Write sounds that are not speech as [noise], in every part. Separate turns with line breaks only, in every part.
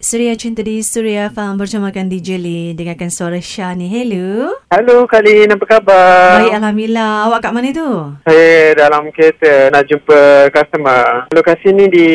Suria Cinta di Suria Farm bercamakan DJ Lee. Dengarkan suara Syah ni. Hello.
Hello Kalin, apa khabar?
Baik, Alhamdulillah. Awak kat mana tu?
Saya dalam kereta nak jumpa customer. Lokasi ni di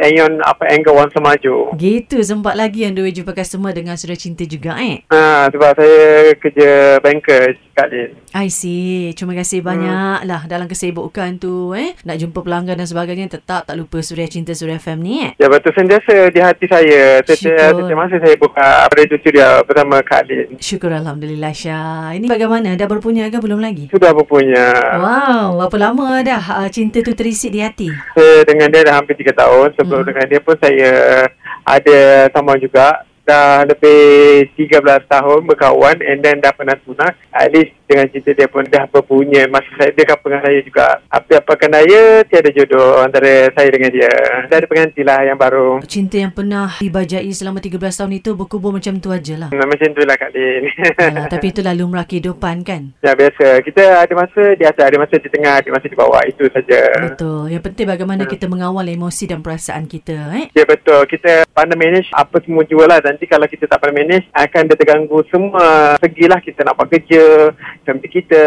Aeon apa Angle Wan Semaju.
Gitu, sempat lagi yang dua jumpa customer dengan Suria Cinta juga eh.
Ha, sebab saya kerja banker kat ni.
I see. Terima kasih banyak lah dalam kesibukan tu eh. Nak jumpa pelanggan dan sebagainya tetap tak lupa Suria Cinta Suria FM ni eh.
Jabatan Ya, sentiasa di hati saya. Setiap,
Syukur.
setiap masa saya buka radio studio bersama Kak Lin.
Syukur Alhamdulillah Syah. Ini bagaimana? Dah berpunya ke belum lagi?
Sudah berpunya.
Wow, berapa lama dah ah, cinta tu terisit di hati?
Saya dengan dia dah hampir 3 tahun.
Hmm.
Sebelum dengan dia pun saya ada sama juga. Dah lebih 13 tahun berkawan and then dah pernah tunang. At least dengan cerita dia pun dah berpunya. Masa saya, dia kapan dengan saya juga. Apa-apa kandaya, tiada jodoh antara saya dengan dia. Dah ada pengantin lah yang baru.
Cinta yang pernah dibajai selama 13 tahun itu berkubur macam tu aja lah.
Hmm, Macam tu lah Kak Lin.
Alah, Ya, Oh, tapi itulah lumrah kehidupan kan?
[laughs] Ya biasa. Kita ada masa di atas, ada masa di tengah, ada masa di bawah. Itu saja.
Betul. Yang penting bagaimana kita mengawal emosi dan perasaan kita eh.
Ya betul. Kita pandai manage apa semua jual lah. Nanti kalau kita tak pandai manage, akan dia terganggu semua. Segilah kita nak buat kerja, family kita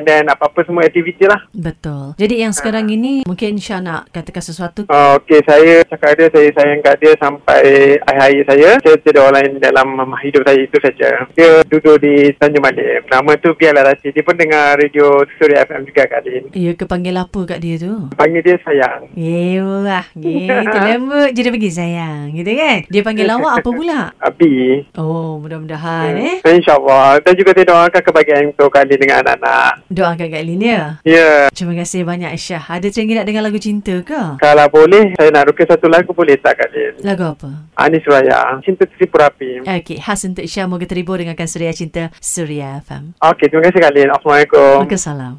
and then apa-apa semua aktiviti lah.
Betul. Jadi yang sekarang ini mungkin Syah nak katakan sesuatu.
Uh, okay, saya cakap dia, saya sayang kat dia sampai akhir-akhir saya. Saya tidak orang lain dalam hidup saya itu saja. Dia duduk di Tanjung Malim. Nama tu biarlah rahsia. Dia pun dengar radio Suri FM juga kat dia.
Ya ke panggil apa kat dia tu?
Panggil dia sayang.
Yelah, gitu lembut je dia pergi sayang, gitu kan? Dia panggil awak apa pula?
Abi.
Oh, mudah-mudahan eh.
Yeah. Ah, Hmm. InsyaAllah. Dan juga saya doakan kebahagiaan untuk kali dengan anak-anak.
Doakan Kak Lin ya.
Ya. Yeah.
Terima kasih banyak Syah. Ada teringin nak dengar lagu cinta ke?
Kalau lah, boleh, saya nak rukis satu lagu boleh tak Kak Lin?
Lagu apa?
Anis Raya, Cinta Tersipu Rapi.
Okey, khas untuk Syah. Moga terhibur dengarkan Suria Cinta Suria FM.
Okey, terima kasih Kak Lin. Assalamualaikum.
Waalaikumsalam.